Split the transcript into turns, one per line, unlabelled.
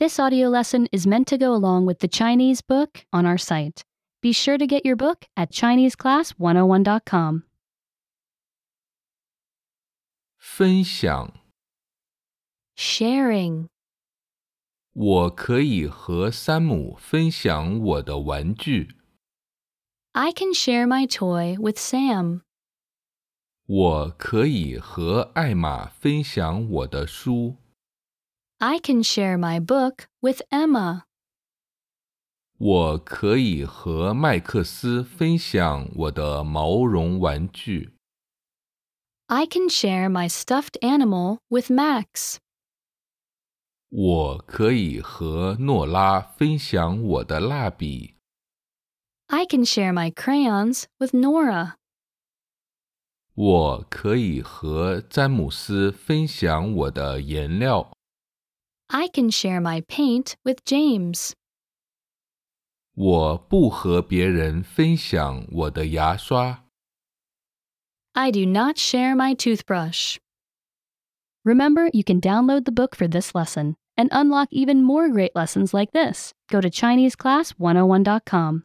This audio lesson is meant to go along with the Chinese book on our site. Be sure to get your book at ChineseClass101.com.
分享，
Sharing.
我可以和山姆分享我的玩具，
I can share my toy with Sam.
我可以和艾玛分享我的书，
I can share my book with Emma.
我可以和麦克斯分享我的毛绒玩具，
I can share my stuffed animal with Max.
我可以和诺拉分享我的蜡笔，
I can share my crayons with Nora.
我可以和詹姆斯分享我的颜料，
I can share my paint with James.
我不和别人分享我的牙刷。
I do not share my toothbrush.
Remember, you can download the book for this oh lesson and unlock even more great lessons like this. Go to ChineseClass101.com.